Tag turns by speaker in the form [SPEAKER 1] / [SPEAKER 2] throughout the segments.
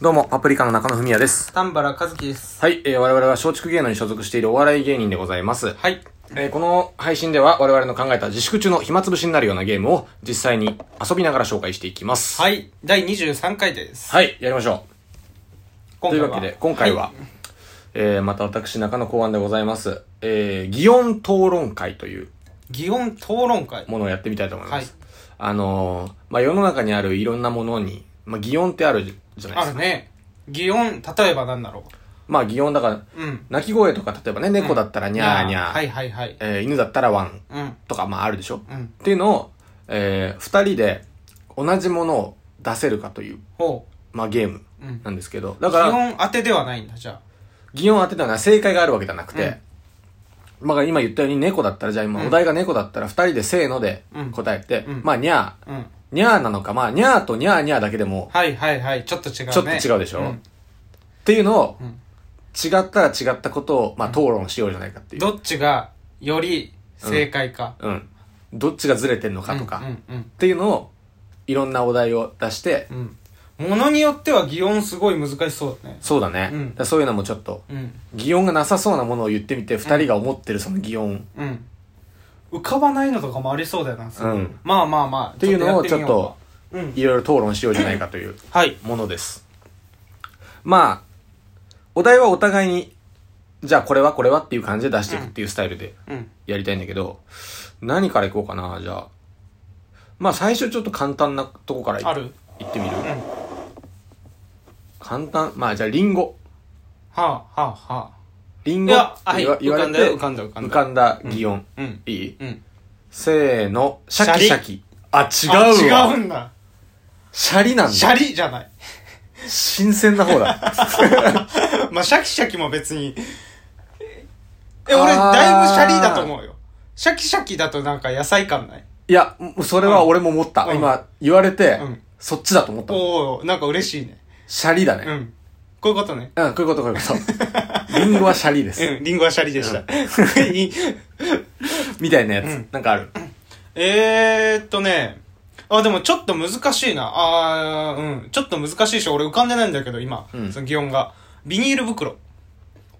[SPEAKER 1] どうも、パプリカの中野文也です。
[SPEAKER 2] 丹原和樹です。
[SPEAKER 1] はい、えー我々は松竹芸能に所属しているお笑い芸人でございます。
[SPEAKER 2] はい。
[SPEAKER 1] えーこの配信では我々の考えた自粛中の暇つぶしになるようなゲームを実際に遊びながら紹介していきます。い。
[SPEAKER 2] はい。第23回です。
[SPEAKER 1] はい、やりましょう。
[SPEAKER 2] 今
[SPEAKER 1] とい
[SPEAKER 2] 回
[SPEAKER 1] う
[SPEAKER 2] は
[SPEAKER 1] わけで、今回は、えーまた私、中野公安でございます。えー、祇園討論会という
[SPEAKER 2] 擬音討論会。
[SPEAKER 1] ものをやってみたいと思います。
[SPEAKER 2] は
[SPEAKER 1] あのーまあ、世の中にあるいろんなものに、まあ、祇園ってあるじゃないで
[SPEAKER 2] あ
[SPEAKER 1] す
[SPEAKER 2] る
[SPEAKER 1] か。
[SPEAKER 2] ね。擬音、例えばなんだろ
[SPEAKER 1] まあ、祇園だから、
[SPEAKER 2] う。うん。
[SPEAKER 1] 鳴き声とか、例えばね、猫だったらニャーニャー、
[SPEAKER 2] はいはいはい。
[SPEAKER 1] えー犬だったらワン
[SPEAKER 2] うん。
[SPEAKER 1] とか、まああるでしょ、
[SPEAKER 2] う
[SPEAKER 1] っ
[SPEAKER 2] ん。
[SPEAKER 1] ていうのを、えー、二人で同じものを出せるかという、
[SPEAKER 2] ほ
[SPEAKER 1] まあゲーム
[SPEAKER 2] う。うん。
[SPEAKER 1] なんですけど、だ
[SPEAKER 2] 擬
[SPEAKER 1] から、
[SPEAKER 2] 音当てではないんだ、じゃ
[SPEAKER 1] 擬音当てたのは正解があるわけじゃなくて、まあ今言ったように猫だったら、じゃあ今
[SPEAKER 2] うん
[SPEAKER 1] お題が猫だったら二人でせーので
[SPEAKER 2] うん
[SPEAKER 1] 答えて、
[SPEAKER 2] うん
[SPEAKER 1] まあニャ
[SPEAKER 2] あ。うん。
[SPEAKER 1] ー、ニャーなのか、まあニャーとニャーニャーだけでも、
[SPEAKER 2] はいはいはい。ちょっと違うね。
[SPEAKER 1] ちょっと違うでしょ
[SPEAKER 2] ん
[SPEAKER 1] っていうのを
[SPEAKER 2] うん、
[SPEAKER 1] 違ったら違ったことを、まあ討論しようじゃないかっていう。
[SPEAKER 2] どっちがより正解か。
[SPEAKER 1] うん。どっちがずれてんのかとか、
[SPEAKER 2] う
[SPEAKER 1] っ
[SPEAKER 2] んうん
[SPEAKER 1] ていうのを、いろんなお題を出して、
[SPEAKER 2] うん。うん。ものによっては擬音すごい難しそうだね。
[SPEAKER 1] そうだね。
[SPEAKER 2] うん
[SPEAKER 1] だからそういうのもちょっと、
[SPEAKER 2] うん。
[SPEAKER 1] 擬音がなさそうなものを言ってみて、二人が思ってるその擬音
[SPEAKER 2] うん。浮かばないのとかもありそうだよな。すごい
[SPEAKER 1] うん
[SPEAKER 2] まあまあまあ。
[SPEAKER 1] っていうのをちょっと、
[SPEAKER 2] やってみようか。うん。
[SPEAKER 1] いろいろ討論しようじゃないかという
[SPEAKER 2] はい。
[SPEAKER 1] ものです。まあ、お題はお互いに、じゃあこれはこれはっていう感じで出していくっていうスタイルで
[SPEAKER 2] うん。
[SPEAKER 1] やりたいんだけど、何からいこうかな、じゃあ。まあ最初ちょっと簡単なとこからい
[SPEAKER 2] ある
[SPEAKER 1] 行ってみる
[SPEAKER 2] うん。は
[SPEAKER 1] 簡単、まあじゃあリンゴ。
[SPEAKER 2] あ、はあ、は
[SPEAKER 1] リン
[SPEAKER 2] あ。い
[SPEAKER 1] ゴって
[SPEAKER 2] や、はい。
[SPEAKER 1] 言わ言
[SPEAKER 2] 浮
[SPEAKER 1] わ
[SPEAKER 2] か
[SPEAKER 1] れ
[SPEAKER 2] んだ
[SPEAKER 1] て
[SPEAKER 2] よ、浮、かんだ、浮かん
[SPEAKER 1] 浮
[SPEAKER 2] だ。
[SPEAKER 1] かんだ擬音。
[SPEAKER 2] うん。
[SPEAKER 1] いい
[SPEAKER 2] うん。
[SPEAKER 1] せーの、シャキシャキ。あ、違
[SPEAKER 2] あ
[SPEAKER 1] うわ。
[SPEAKER 2] 違うんだ。
[SPEAKER 1] シャリなんだ。
[SPEAKER 2] シャリじゃない。
[SPEAKER 1] 新鮮な方だ。
[SPEAKER 2] まあ、シャキシャキも別に。え、俺、
[SPEAKER 1] あー
[SPEAKER 2] だいぶシャリだと思うよ。シャキシャキだとなんか野菜感ない
[SPEAKER 1] いや、もうそれは俺も思った。
[SPEAKER 2] うん
[SPEAKER 1] 今、言われて、
[SPEAKER 2] うん
[SPEAKER 1] そっちだと思ったの。
[SPEAKER 2] おおなんか嬉しいね。
[SPEAKER 1] シャリだ
[SPEAKER 2] う
[SPEAKER 1] ね。
[SPEAKER 2] ん。こういうことね。
[SPEAKER 1] うん、こういうこと、こういう こと。リンゴはシャリです。
[SPEAKER 2] うん、リンゴはシャリで した。いい
[SPEAKER 1] みたいなやつ。
[SPEAKER 2] うん
[SPEAKER 1] なんかある。
[SPEAKER 2] えーっとね、あ、でもちょっと難しいな。あー、うん。ちょっと難しいし、俺浮かんでないんだけど、今、
[SPEAKER 1] うん
[SPEAKER 2] その擬音が。ビニール袋。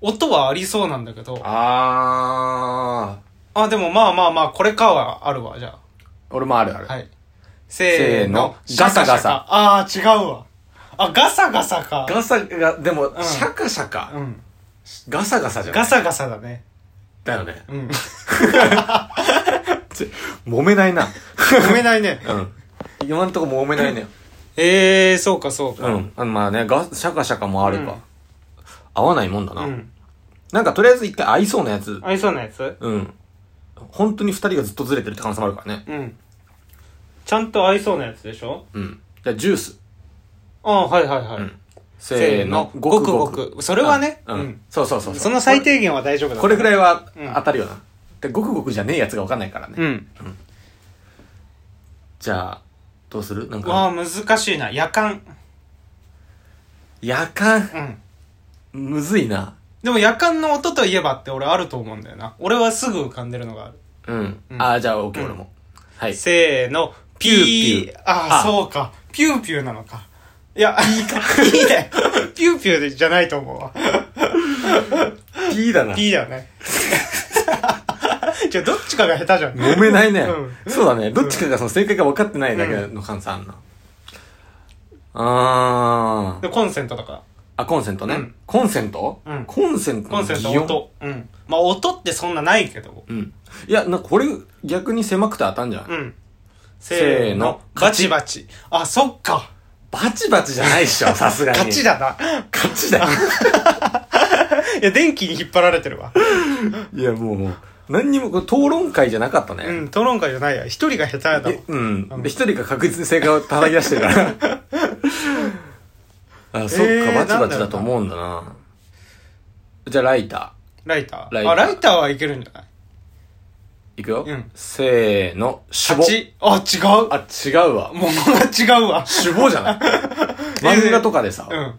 [SPEAKER 2] 音はありそうなんだけど。
[SPEAKER 1] あ
[SPEAKER 2] あ、でもまあまあまあ、これかはあるわ、じゃ
[SPEAKER 1] ー。俺もあるある。
[SPEAKER 2] あ。はい。せーの。
[SPEAKER 1] せーのガサガサ
[SPEAKER 2] シャシャシャあー、違うわ。あ、ガサガサか。
[SPEAKER 1] ガサが、でも、
[SPEAKER 2] ん
[SPEAKER 1] シャカシャカ、
[SPEAKER 2] うん。
[SPEAKER 1] ガサガサじゃん。
[SPEAKER 2] ガサガサだね。
[SPEAKER 1] だよね。
[SPEAKER 2] うん。
[SPEAKER 1] 揉めないな。
[SPEAKER 2] 踏めないね。
[SPEAKER 1] うん。今んとこ揉めないね。
[SPEAKER 2] えー、そうかそう
[SPEAKER 1] う
[SPEAKER 2] か。
[SPEAKER 1] ん。あのまあね、ガ、シャカシャカもあれば、
[SPEAKER 2] うん
[SPEAKER 1] 合わないもんだ
[SPEAKER 2] う
[SPEAKER 1] な。
[SPEAKER 2] ん。
[SPEAKER 1] なんかとりあえず一回合いそうなやつ。
[SPEAKER 2] 合いそうなやつ
[SPEAKER 1] うん。本当に二人がずっとずれてるって可能性もあるからね。
[SPEAKER 2] うん。ちゃんと合いそうなやつでしょ
[SPEAKER 1] うん。じゃあ、ジュース。
[SPEAKER 2] あー、はいはいはい。
[SPEAKER 1] んせーの。
[SPEAKER 2] ごくごく。それはね、
[SPEAKER 1] う
[SPEAKER 2] うんん。。
[SPEAKER 1] そうそうそう。
[SPEAKER 2] その最低限は大丈夫だ。
[SPEAKER 1] これぐら
[SPEAKER 2] い。
[SPEAKER 1] いは
[SPEAKER 2] うん
[SPEAKER 1] 当たるよな。で、ごくごくじゃねえやつがわかんないから
[SPEAKER 2] う
[SPEAKER 1] ね。
[SPEAKER 2] ん。
[SPEAKER 1] じゃあ、どうするなん
[SPEAKER 2] わ
[SPEAKER 1] か、
[SPEAKER 2] あ、難しいな。夜間。
[SPEAKER 1] 夜間、
[SPEAKER 2] うん。
[SPEAKER 1] むずいな。
[SPEAKER 2] でも夜間の音といえばって俺あると思うんだよな。俺はすぐ浮かんでるのがある。
[SPEAKER 1] うん。
[SPEAKER 2] うん
[SPEAKER 1] あー、じゃあ、オッケー、
[SPEAKER 2] うん
[SPEAKER 1] 俺も。はい。ピ
[SPEAKER 2] せーの、ピ
[SPEAKER 1] ピューピュー
[SPEAKER 2] あ
[SPEAKER 1] あ
[SPEAKER 2] あ、そうか。ピューピューなのか。いや、いいか。いいね。ピューピューじゃないと思うわ。
[SPEAKER 1] ーだな。
[SPEAKER 2] ピーだよ ね。じゃあどっちかが下手じゃん。
[SPEAKER 1] 揉めないね
[SPEAKER 2] うん。
[SPEAKER 1] そうだね。どっちかがその正解が分かってないだけの感想あんな。あー。
[SPEAKER 2] で、コンセントだか
[SPEAKER 1] あ、コンセント
[SPEAKER 2] う
[SPEAKER 1] ね
[SPEAKER 2] ん。
[SPEAKER 1] コンセント
[SPEAKER 2] うん
[SPEAKER 1] コンセント
[SPEAKER 2] ら。
[SPEAKER 1] の
[SPEAKER 2] コンセント、
[SPEAKER 1] 擬音
[SPEAKER 2] 音。うん。まあ音ってそんなないけど。
[SPEAKER 1] うん。いや、なんかこれ逆に狭くて当たんじゃない、
[SPEAKER 2] うん。
[SPEAKER 1] せーの
[SPEAKER 2] バチバチ。あ、そっか。
[SPEAKER 1] バチバチじゃないっ しょ、さすがに。
[SPEAKER 2] 勝ち
[SPEAKER 1] だ。
[SPEAKER 2] だな。
[SPEAKER 1] 勝ち だよ。
[SPEAKER 2] いや、電気に引っ張られてるわ。
[SPEAKER 1] いや、もうもう、何にも、これ討論会じゃなかった
[SPEAKER 2] う
[SPEAKER 1] ね。
[SPEAKER 2] ん、討論会じゃないや。一人が下手だもん
[SPEAKER 1] でうん。で、一人が確実に正解を叩き出してる から。あ、そっ
[SPEAKER 2] え
[SPEAKER 1] か、
[SPEAKER 2] ー
[SPEAKER 1] バチバチだと思うんだな。じゃあ、ライタ
[SPEAKER 2] ライター
[SPEAKER 1] ライター
[SPEAKER 2] あ、ライターはいけるんじゃない
[SPEAKER 1] ー。いくよ。
[SPEAKER 2] うん
[SPEAKER 1] せーの、しぼ。
[SPEAKER 2] 八あ、違う。
[SPEAKER 1] あ、違うわ。
[SPEAKER 2] 物が違うわ。
[SPEAKER 1] しぼじゃない 漫画とかでさ
[SPEAKER 2] う、ん。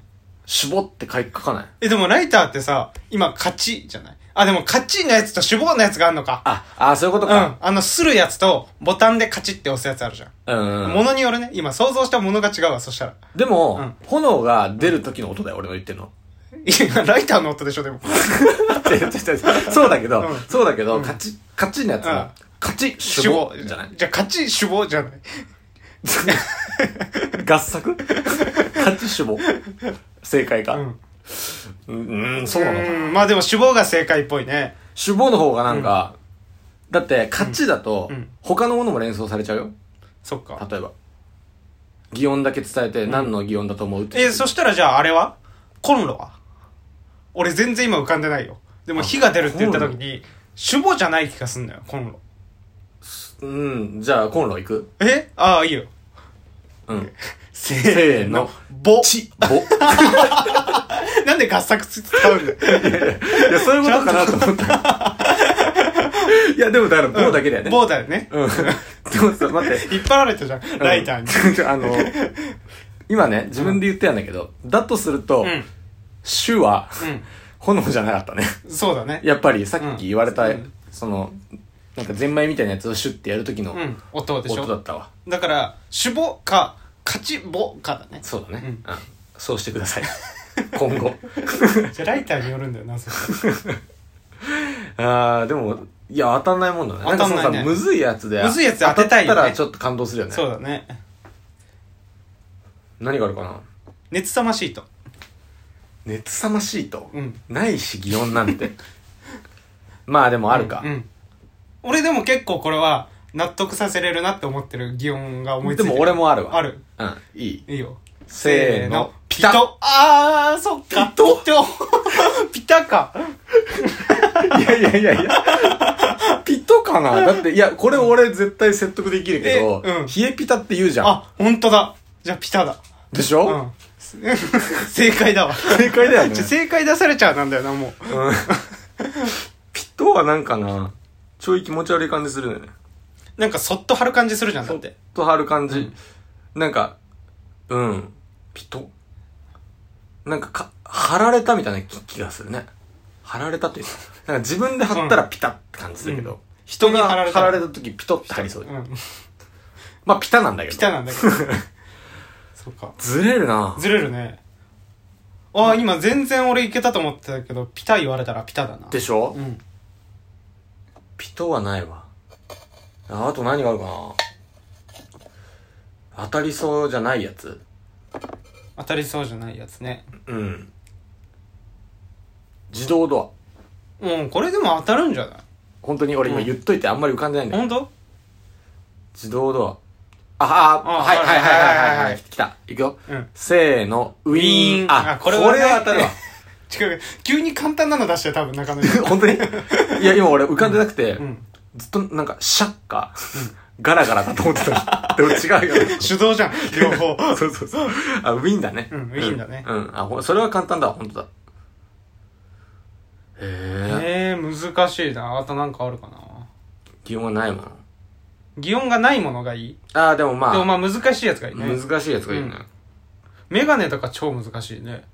[SPEAKER 1] しぼって書い書かない
[SPEAKER 2] え、でもライターってさ、今、勝ちじゃないあ、でもカチンのやつと手棒のやつがあんのか。
[SPEAKER 1] あ、あ、そういうこと
[SPEAKER 2] うん。
[SPEAKER 1] か。
[SPEAKER 2] あの、するやつと、ボタンでカチって押すやつあるじゃん。
[SPEAKER 1] うん。うん、
[SPEAKER 2] ものによるね。今、想像したものが違うわ、そしたら。
[SPEAKER 1] でも、
[SPEAKER 2] うん
[SPEAKER 1] 炎が出る時の音だよ、俺の言ってるの。
[SPEAKER 2] いや、ライターの音でしょ、でも。
[SPEAKER 1] 違う違う違うそうだけど、
[SPEAKER 2] うん
[SPEAKER 1] そうだけど、
[SPEAKER 2] うん
[SPEAKER 1] カチッ、カチッのやつも、
[SPEAKER 2] うん
[SPEAKER 1] カチッ、
[SPEAKER 2] 手
[SPEAKER 1] シュ
[SPEAKER 2] 棒
[SPEAKER 1] ボ。じゃない
[SPEAKER 2] じゃあ、カチ手棒じゃない。
[SPEAKER 1] 合作カチッ、シュボ。正解か。
[SPEAKER 2] う
[SPEAKER 1] うん
[SPEAKER 2] ん。
[SPEAKER 1] うん、そうなのか。
[SPEAKER 2] うんまあでも、手棒が正解っぽいね。
[SPEAKER 1] シュボの方がなんか、だって、カチッだと
[SPEAKER 2] うんうん、
[SPEAKER 1] 他のものも連想されちゃうよ。
[SPEAKER 2] そっか。
[SPEAKER 1] 例えば。擬音だけ伝えて、何の擬音だと思うって。
[SPEAKER 2] え、そしたらじゃあ、あれはコンロは俺全然今浮かんでないよ。でも、火が出るって言った時に、手棒じゃない気がすんだよ、コンロ。
[SPEAKER 1] うん、じゃあ、コンロ行く
[SPEAKER 2] えああ、いいよ。
[SPEAKER 1] うん。
[SPEAKER 2] せ
[SPEAKER 1] ーの。
[SPEAKER 2] 棒。
[SPEAKER 1] チ ッ、ボ。
[SPEAKER 2] なんで合作使うんだよ。
[SPEAKER 1] いや、そういうことかなと思った。 いや、でもだから、棒だけだよね。
[SPEAKER 2] 棒だよね。
[SPEAKER 1] うん。でもさ、待って。
[SPEAKER 2] 引っ張られたじゃん、ライターに。
[SPEAKER 1] に。 あの、今ね、自分で言ってたんだけど、だとすると、主は、炎じゃなかったね。
[SPEAKER 2] うん。そうだね。
[SPEAKER 1] やっぱり、さっき言われた、
[SPEAKER 2] うん
[SPEAKER 1] その、なんか、ゼンマイみたいなやつをシュってやる時の
[SPEAKER 2] うん。音でし
[SPEAKER 1] 音だ
[SPEAKER 2] ょ。
[SPEAKER 1] ったわ。
[SPEAKER 2] だから、主母か、勝ち母かだね。
[SPEAKER 1] そうだね。
[SPEAKER 2] うん
[SPEAKER 1] うん。そうしてくだ さい。今後。
[SPEAKER 2] じゃあライターによるんだよな、そしたら
[SPEAKER 1] あー、でも、いや、当たんないもんだね。
[SPEAKER 2] 当たんないね
[SPEAKER 1] んかそのさむずいやつで。
[SPEAKER 2] むずいやつ当てたい
[SPEAKER 1] 当た
[SPEAKER 2] よね
[SPEAKER 1] ったらちょっと感動するよね。
[SPEAKER 2] そうだね。
[SPEAKER 1] 何があるかな
[SPEAKER 2] 熱さまシート。
[SPEAKER 1] 熱さまシート、
[SPEAKER 2] うん
[SPEAKER 1] ないし擬音なん てまあでもあるか、
[SPEAKER 2] うん。俺でも結構これは、納得させれるなって思ってる擬音が思いつ
[SPEAKER 1] で
[SPEAKER 2] いてる。
[SPEAKER 1] も俺もあるわ
[SPEAKER 2] ある。
[SPEAKER 1] うんいい
[SPEAKER 2] いいよ。
[SPEAKER 1] せーの
[SPEAKER 2] ピタあー、そっか。ピト ピタか。
[SPEAKER 1] いやいやいやい やピトかなだっていやこれ俺絶対説得できるけど、
[SPEAKER 2] えうん
[SPEAKER 1] 冷えピタって言うじゃん
[SPEAKER 2] あ、ほんとだ。じゃあピタだ。
[SPEAKER 1] でしょ、
[SPEAKER 2] うん。 正解だわ。
[SPEAKER 1] 正解 だよね
[SPEAKER 2] ちょ正解出されちゃうなんだよな、もう。
[SPEAKER 1] うんピトはなんかなちょい気持ち悪い感じするよね
[SPEAKER 2] なんかそっと貼る感じするじゃん、だって。
[SPEAKER 1] と張る感じ、なんかうんピトなんかか貼られたみたいな気気がするね貼られたという かなんか自分で貼ったらピタって感じするけど、
[SPEAKER 2] うん
[SPEAKER 1] 人が
[SPEAKER 2] 人に貼られた
[SPEAKER 1] 貼られた時ピトって貼りそう、
[SPEAKER 2] うん。
[SPEAKER 1] まあピタなんだけど
[SPEAKER 2] ピタなん だけど。そうか。
[SPEAKER 1] ずれるな
[SPEAKER 2] ずれるね。ああ、今全然俺いけたと思ってたけど、ピタ言われたらピタだな。
[SPEAKER 1] でしょ、
[SPEAKER 2] うん。
[SPEAKER 1] ピトはないわああと何があるかな当たりそうじゃないやつ
[SPEAKER 2] 当たりそうじゃないやつね。
[SPEAKER 1] うん自動ドア
[SPEAKER 2] うん、これでも当たるんじゃない
[SPEAKER 1] 本当に俺今言っといてあんまり浮かんでないんだけど
[SPEAKER 2] ほんと
[SPEAKER 1] 自動ドア。あ、あ、
[SPEAKER 2] あ
[SPEAKER 1] はいはいはいはいはい、は
[SPEAKER 2] はい
[SPEAKER 1] い。来た。行くよ。
[SPEAKER 2] うん。
[SPEAKER 1] せーの、ウィー
[SPEAKER 2] ウィー
[SPEAKER 1] ン。
[SPEAKER 2] ン
[SPEAKER 1] あ、
[SPEAKER 2] あ
[SPEAKER 1] こ
[SPEAKER 2] こ
[SPEAKER 1] れ
[SPEAKER 2] れ
[SPEAKER 1] は,、
[SPEAKER 2] はね
[SPEAKER 1] 当たる わ。
[SPEAKER 2] 違う、急に簡単なの出して多分中 野に。
[SPEAKER 1] 本当にいや、今俺浮かんでなくて、
[SPEAKER 2] うん。
[SPEAKER 1] ずっとなんか、シャッカ、ガラガラだと思ってた。 でも違うよ。
[SPEAKER 2] 手動じゃん、両方。
[SPEAKER 1] そうそうそう。あ、ウィーンだね。
[SPEAKER 2] うんウィーンだね
[SPEAKER 1] うん。うんあ、ほそれは簡単だわ、本当だ。へえ。
[SPEAKER 2] えー、難しいな。あとなんかあるかな。
[SPEAKER 1] 疑問はないもん。
[SPEAKER 2] 擬音がないものがいい
[SPEAKER 1] あー、でもま
[SPEAKER 2] でも
[SPEAKER 1] あ、
[SPEAKER 2] まあ難しいやつがいいね。
[SPEAKER 1] 難しいやつがいいね。
[SPEAKER 2] うんメガネとか超難しいね。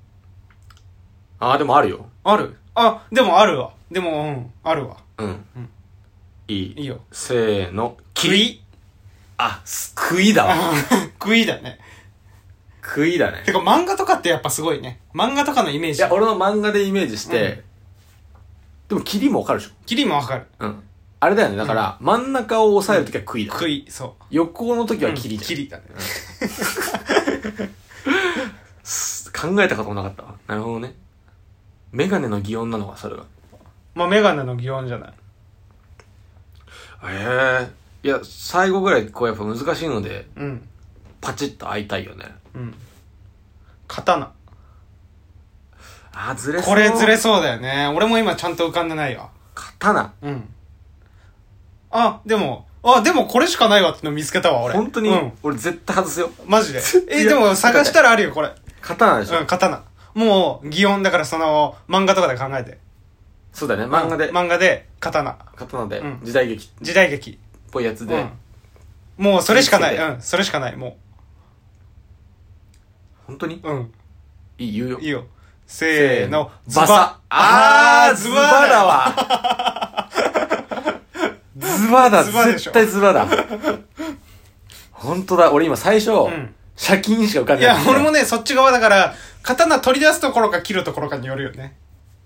[SPEAKER 1] あー、でもあるよ。
[SPEAKER 2] あるあ、でもあるわ。でも、うん、あるわ。
[SPEAKER 1] うん。
[SPEAKER 2] ん
[SPEAKER 1] い
[SPEAKER 2] いい
[SPEAKER 1] い。
[SPEAKER 2] よ。
[SPEAKER 1] せーの、
[SPEAKER 2] ク イ
[SPEAKER 1] あ、すくいだわ。
[SPEAKER 2] クイだね。
[SPEAKER 1] 食いだね
[SPEAKER 2] て。か漫画とかってやっぱすごいね。漫画とかのイメー
[SPEAKER 1] い
[SPEAKER 2] ジ
[SPEAKER 1] や、。俺の漫画でイメージして、でも、キリもわかるでし
[SPEAKER 2] キリもわかる。
[SPEAKER 1] ょうん。あれだよね。だから、真ん中を押さえるときは食いだ。
[SPEAKER 2] クイ、そう。
[SPEAKER 1] 横のときはキリだ。
[SPEAKER 2] キリだね。
[SPEAKER 1] す考えたこともなかったわ。なるほどね。メガネの擬音なのか、それは。
[SPEAKER 2] まあメガネの擬音じゃない。
[SPEAKER 1] へえ。いや、最後ぐらい、こう、やっぱ難しいので、
[SPEAKER 2] うん。
[SPEAKER 1] パチッと開いたいよね。
[SPEAKER 2] うん。刀。
[SPEAKER 1] あー、ずれそう。
[SPEAKER 2] これずれそうだよね。俺も今ちゃんと浮かんでないわ。
[SPEAKER 1] 刀。
[SPEAKER 2] うん。あ、でも、あ、でもこれしかないわっての見つけたわ、俺。
[SPEAKER 1] 本当に
[SPEAKER 2] うん。、
[SPEAKER 1] 俺絶対外すよ。。
[SPEAKER 2] マジで え、でも探したらあるよ、これ。
[SPEAKER 1] 刀でしょ
[SPEAKER 2] うん、刀。もう、擬音だからその、漫画とかで考えて。
[SPEAKER 1] そうだね。漫画で、
[SPEAKER 2] 漫画で、刀。
[SPEAKER 1] 刀で
[SPEAKER 2] うん、
[SPEAKER 1] 時代劇っ
[SPEAKER 2] 時代劇。
[SPEAKER 1] ぽいやつ
[SPEAKER 2] う
[SPEAKER 1] で
[SPEAKER 2] ん、。もう、それしかない。
[SPEAKER 1] 見つけて
[SPEAKER 2] うん、それしかない、も
[SPEAKER 1] 本当に
[SPEAKER 2] う。うん、
[SPEAKER 1] いい、言うよ
[SPEAKER 2] いい。よ。せーの、
[SPEAKER 1] ズバあ
[SPEAKER 2] あ
[SPEAKER 1] ー
[SPEAKER 2] ー、
[SPEAKER 1] ズ
[SPEAKER 2] ズ
[SPEAKER 1] バ
[SPEAKER 2] バ
[SPEAKER 1] だ
[SPEAKER 2] だわ。
[SPEAKER 1] わズバだ
[SPEAKER 2] ズバでし
[SPEAKER 1] 絶
[SPEAKER 2] ょ
[SPEAKER 1] 対ズバだ本当だ俺今最初、
[SPEAKER 2] ん
[SPEAKER 1] 借金しか浮かん
[SPEAKER 2] い
[SPEAKER 1] でない
[SPEAKER 2] や、俺もね、そっち側だから、刀取り出すところか切るところかによるよね。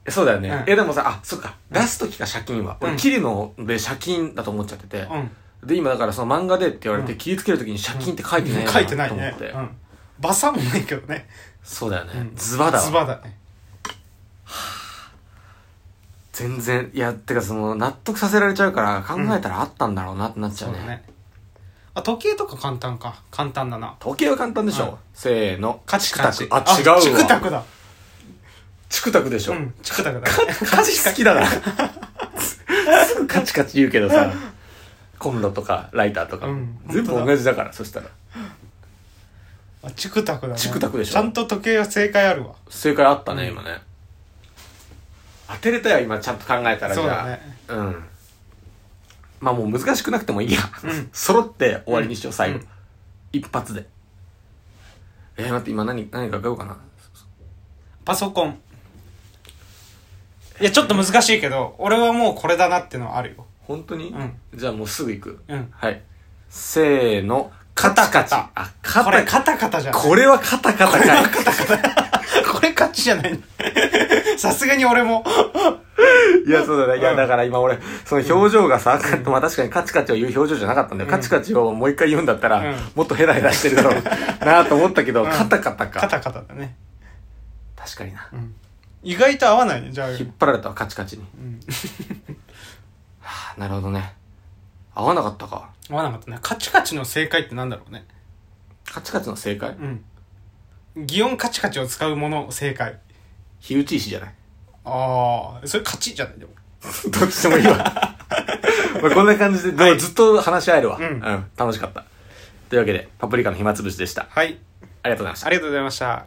[SPEAKER 1] そうだよね、
[SPEAKER 2] うん
[SPEAKER 1] いやでもさあそっか出す時か借金は、
[SPEAKER 2] う
[SPEAKER 1] 俺
[SPEAKER 2] ん
[SPEAKER 1] キリので借金だと思っちゃってて、
[SPEAKER 2] うん。
[SPEAKER 1] で今だからその漫画でって言われて、
[SPEAKER 2] う
[SPEAKER 1] 切りつける時に借金って書いてないよ
[SPEAKER 2] 書いてない
[SPEAKER 1] と思っ
[SPEAKER 2] ね
[SPEAKER 1] て、。
[SPEAKER 2] うん。バサもないけどね。
[SPEAKER 1] そうだよね、
[SPEAKER 2] うん
[SPEAKER 1] ズバだわ
[SPEAKER 2] ズバだね。
[SPEAKER 1] 全然いやてかその納得させられちゃうから考えたらあったんだろうなってなっちゃ
[SPEAKER 2] そうう
[SPEAKER 1] ね,、
[SPEAKER 2] だね。あ、時計とか簡単か。簡単だな。
[SPEAKER 1] 時計は簡単でしょ、
[SPEAKER 2] うん
[SPEAKER 1] せーの
[SPEAKER 2] カチカチ
[SPEAKER 1] チ。クタクあ違うわ
[SPEAKER 2] チクタクだ。
[SPEAKER 1] チクタクでし
[SPEAKER 2] う
[SPEAKER 1] ょ、
[SPEAKER 2] ん、チクタクだ。
[SPEAKER 1] カチ好きだなすぐカチカチ言うけどさコンロとかライターとか、
[SPEAKER 2] うん
[SPEAKER 1] 全部
[SPEAKER 2] 本当だ
[SPEAKER 1] 同じだからそしたら
[SPEAKER 2] あチクタクだね。
[SPEAKER 1] チクタクでしょ
[SPEAKER 2] ちゃんと時計は正解あるわ。
[SPEAKER 1] 正解あったね、
[SPEAKER 2] うん
[SPEAKER 1] 今ね当てれたよ今ちゃんと考えたらじ
[SPEAKER 2] そう
[SPEAKER 1] ゃあ
[SPEAKER 2] だね。
[SPEAKER 1] うんまあもう難しくなくてもいいや、
[SPEAKER 2] うん
[SPEAKER 1] 揃って終わりにしよう最後、
[SPEAKER 2] うん
[SPEAKER 1] 一発でえー、待って今何何か書こうかな
[SPEAKER 2] パソコン。いや、ちょっと難しいけど、俺はもうこれだなってのはあるよ。
[SPEAKER 1] 本当に、
[SPEAKER 2] うん
[SPEAKER 1] じゃあもうすぐ行く、
[SPEAKER 2] うん
[SPEAKER 1] はいせーのカタカチ
[SPEAKER 2] カタ
[SPEAKER 1] あカ
[SPEAKER 2] これ、
[SPEAKER 1] タカ
[SPEAKER 2] カタカタじゃん。
[SPEAKER 1] これはカタカタかい
[SPEAKER 2] これ勝ちじゃないの さすがに俺も。
[SPEAKER 1] いや、そうだね。いや、
[SPEAKER 2] うん
[SPEAKER 1] だから今俺、その表情がさ、まあ確かにカチカチを言う表情じゃなかったんだよ。カチカチをもう一回言うんだった
[SPEAKER 2] う
[SPEAKER 1] ら
[SPEAKER 2] ん、
[SPEAKER 1] もっとヘラヘラしてるだろうなと思ったけど、
[SPEAKER 2] うん
[SPEAKER 1] カタカタ
[SPEAKER 2] カ
[SPEAKER 1] か。
[SPEAKER 2] タカタだね。
[SPEAKER 1] 確かにな
[SPEAKER 2] う。ん。意外と合わないね、じゃあ。
[SPEAKER 1] 引っ張られたわ、カチカチに。
[SPEAKER 2] うん。
[SPEAKER 1] はあなるほどね。合わなかったか。
[SPEAKER 2] 合わなかったね。カチカチの正解ってなんだろうね。
[SPEAKER 1] カチカチの正解
[SPEAKER 2] うん。擬音カチカチを使うもの正解。
[SPEAKER 1] 火打ち石じゃない
[SPEAKER 2] ああ、それ勝ちじゃないでも。
[SPEAKER 1] どっちでもいいわ。まあこんな感じで、でもずっと話し合えるわ。う
[SPEAKER 2] うん
[SPEAKER 1] ん。楽しかった。というわけで、パプリカの暇つぶしでした。
[SPEAKER 2] はい。
[SPEAKER 1] ありがとうございました
[SPEAKER 2] あ。りがとうございました。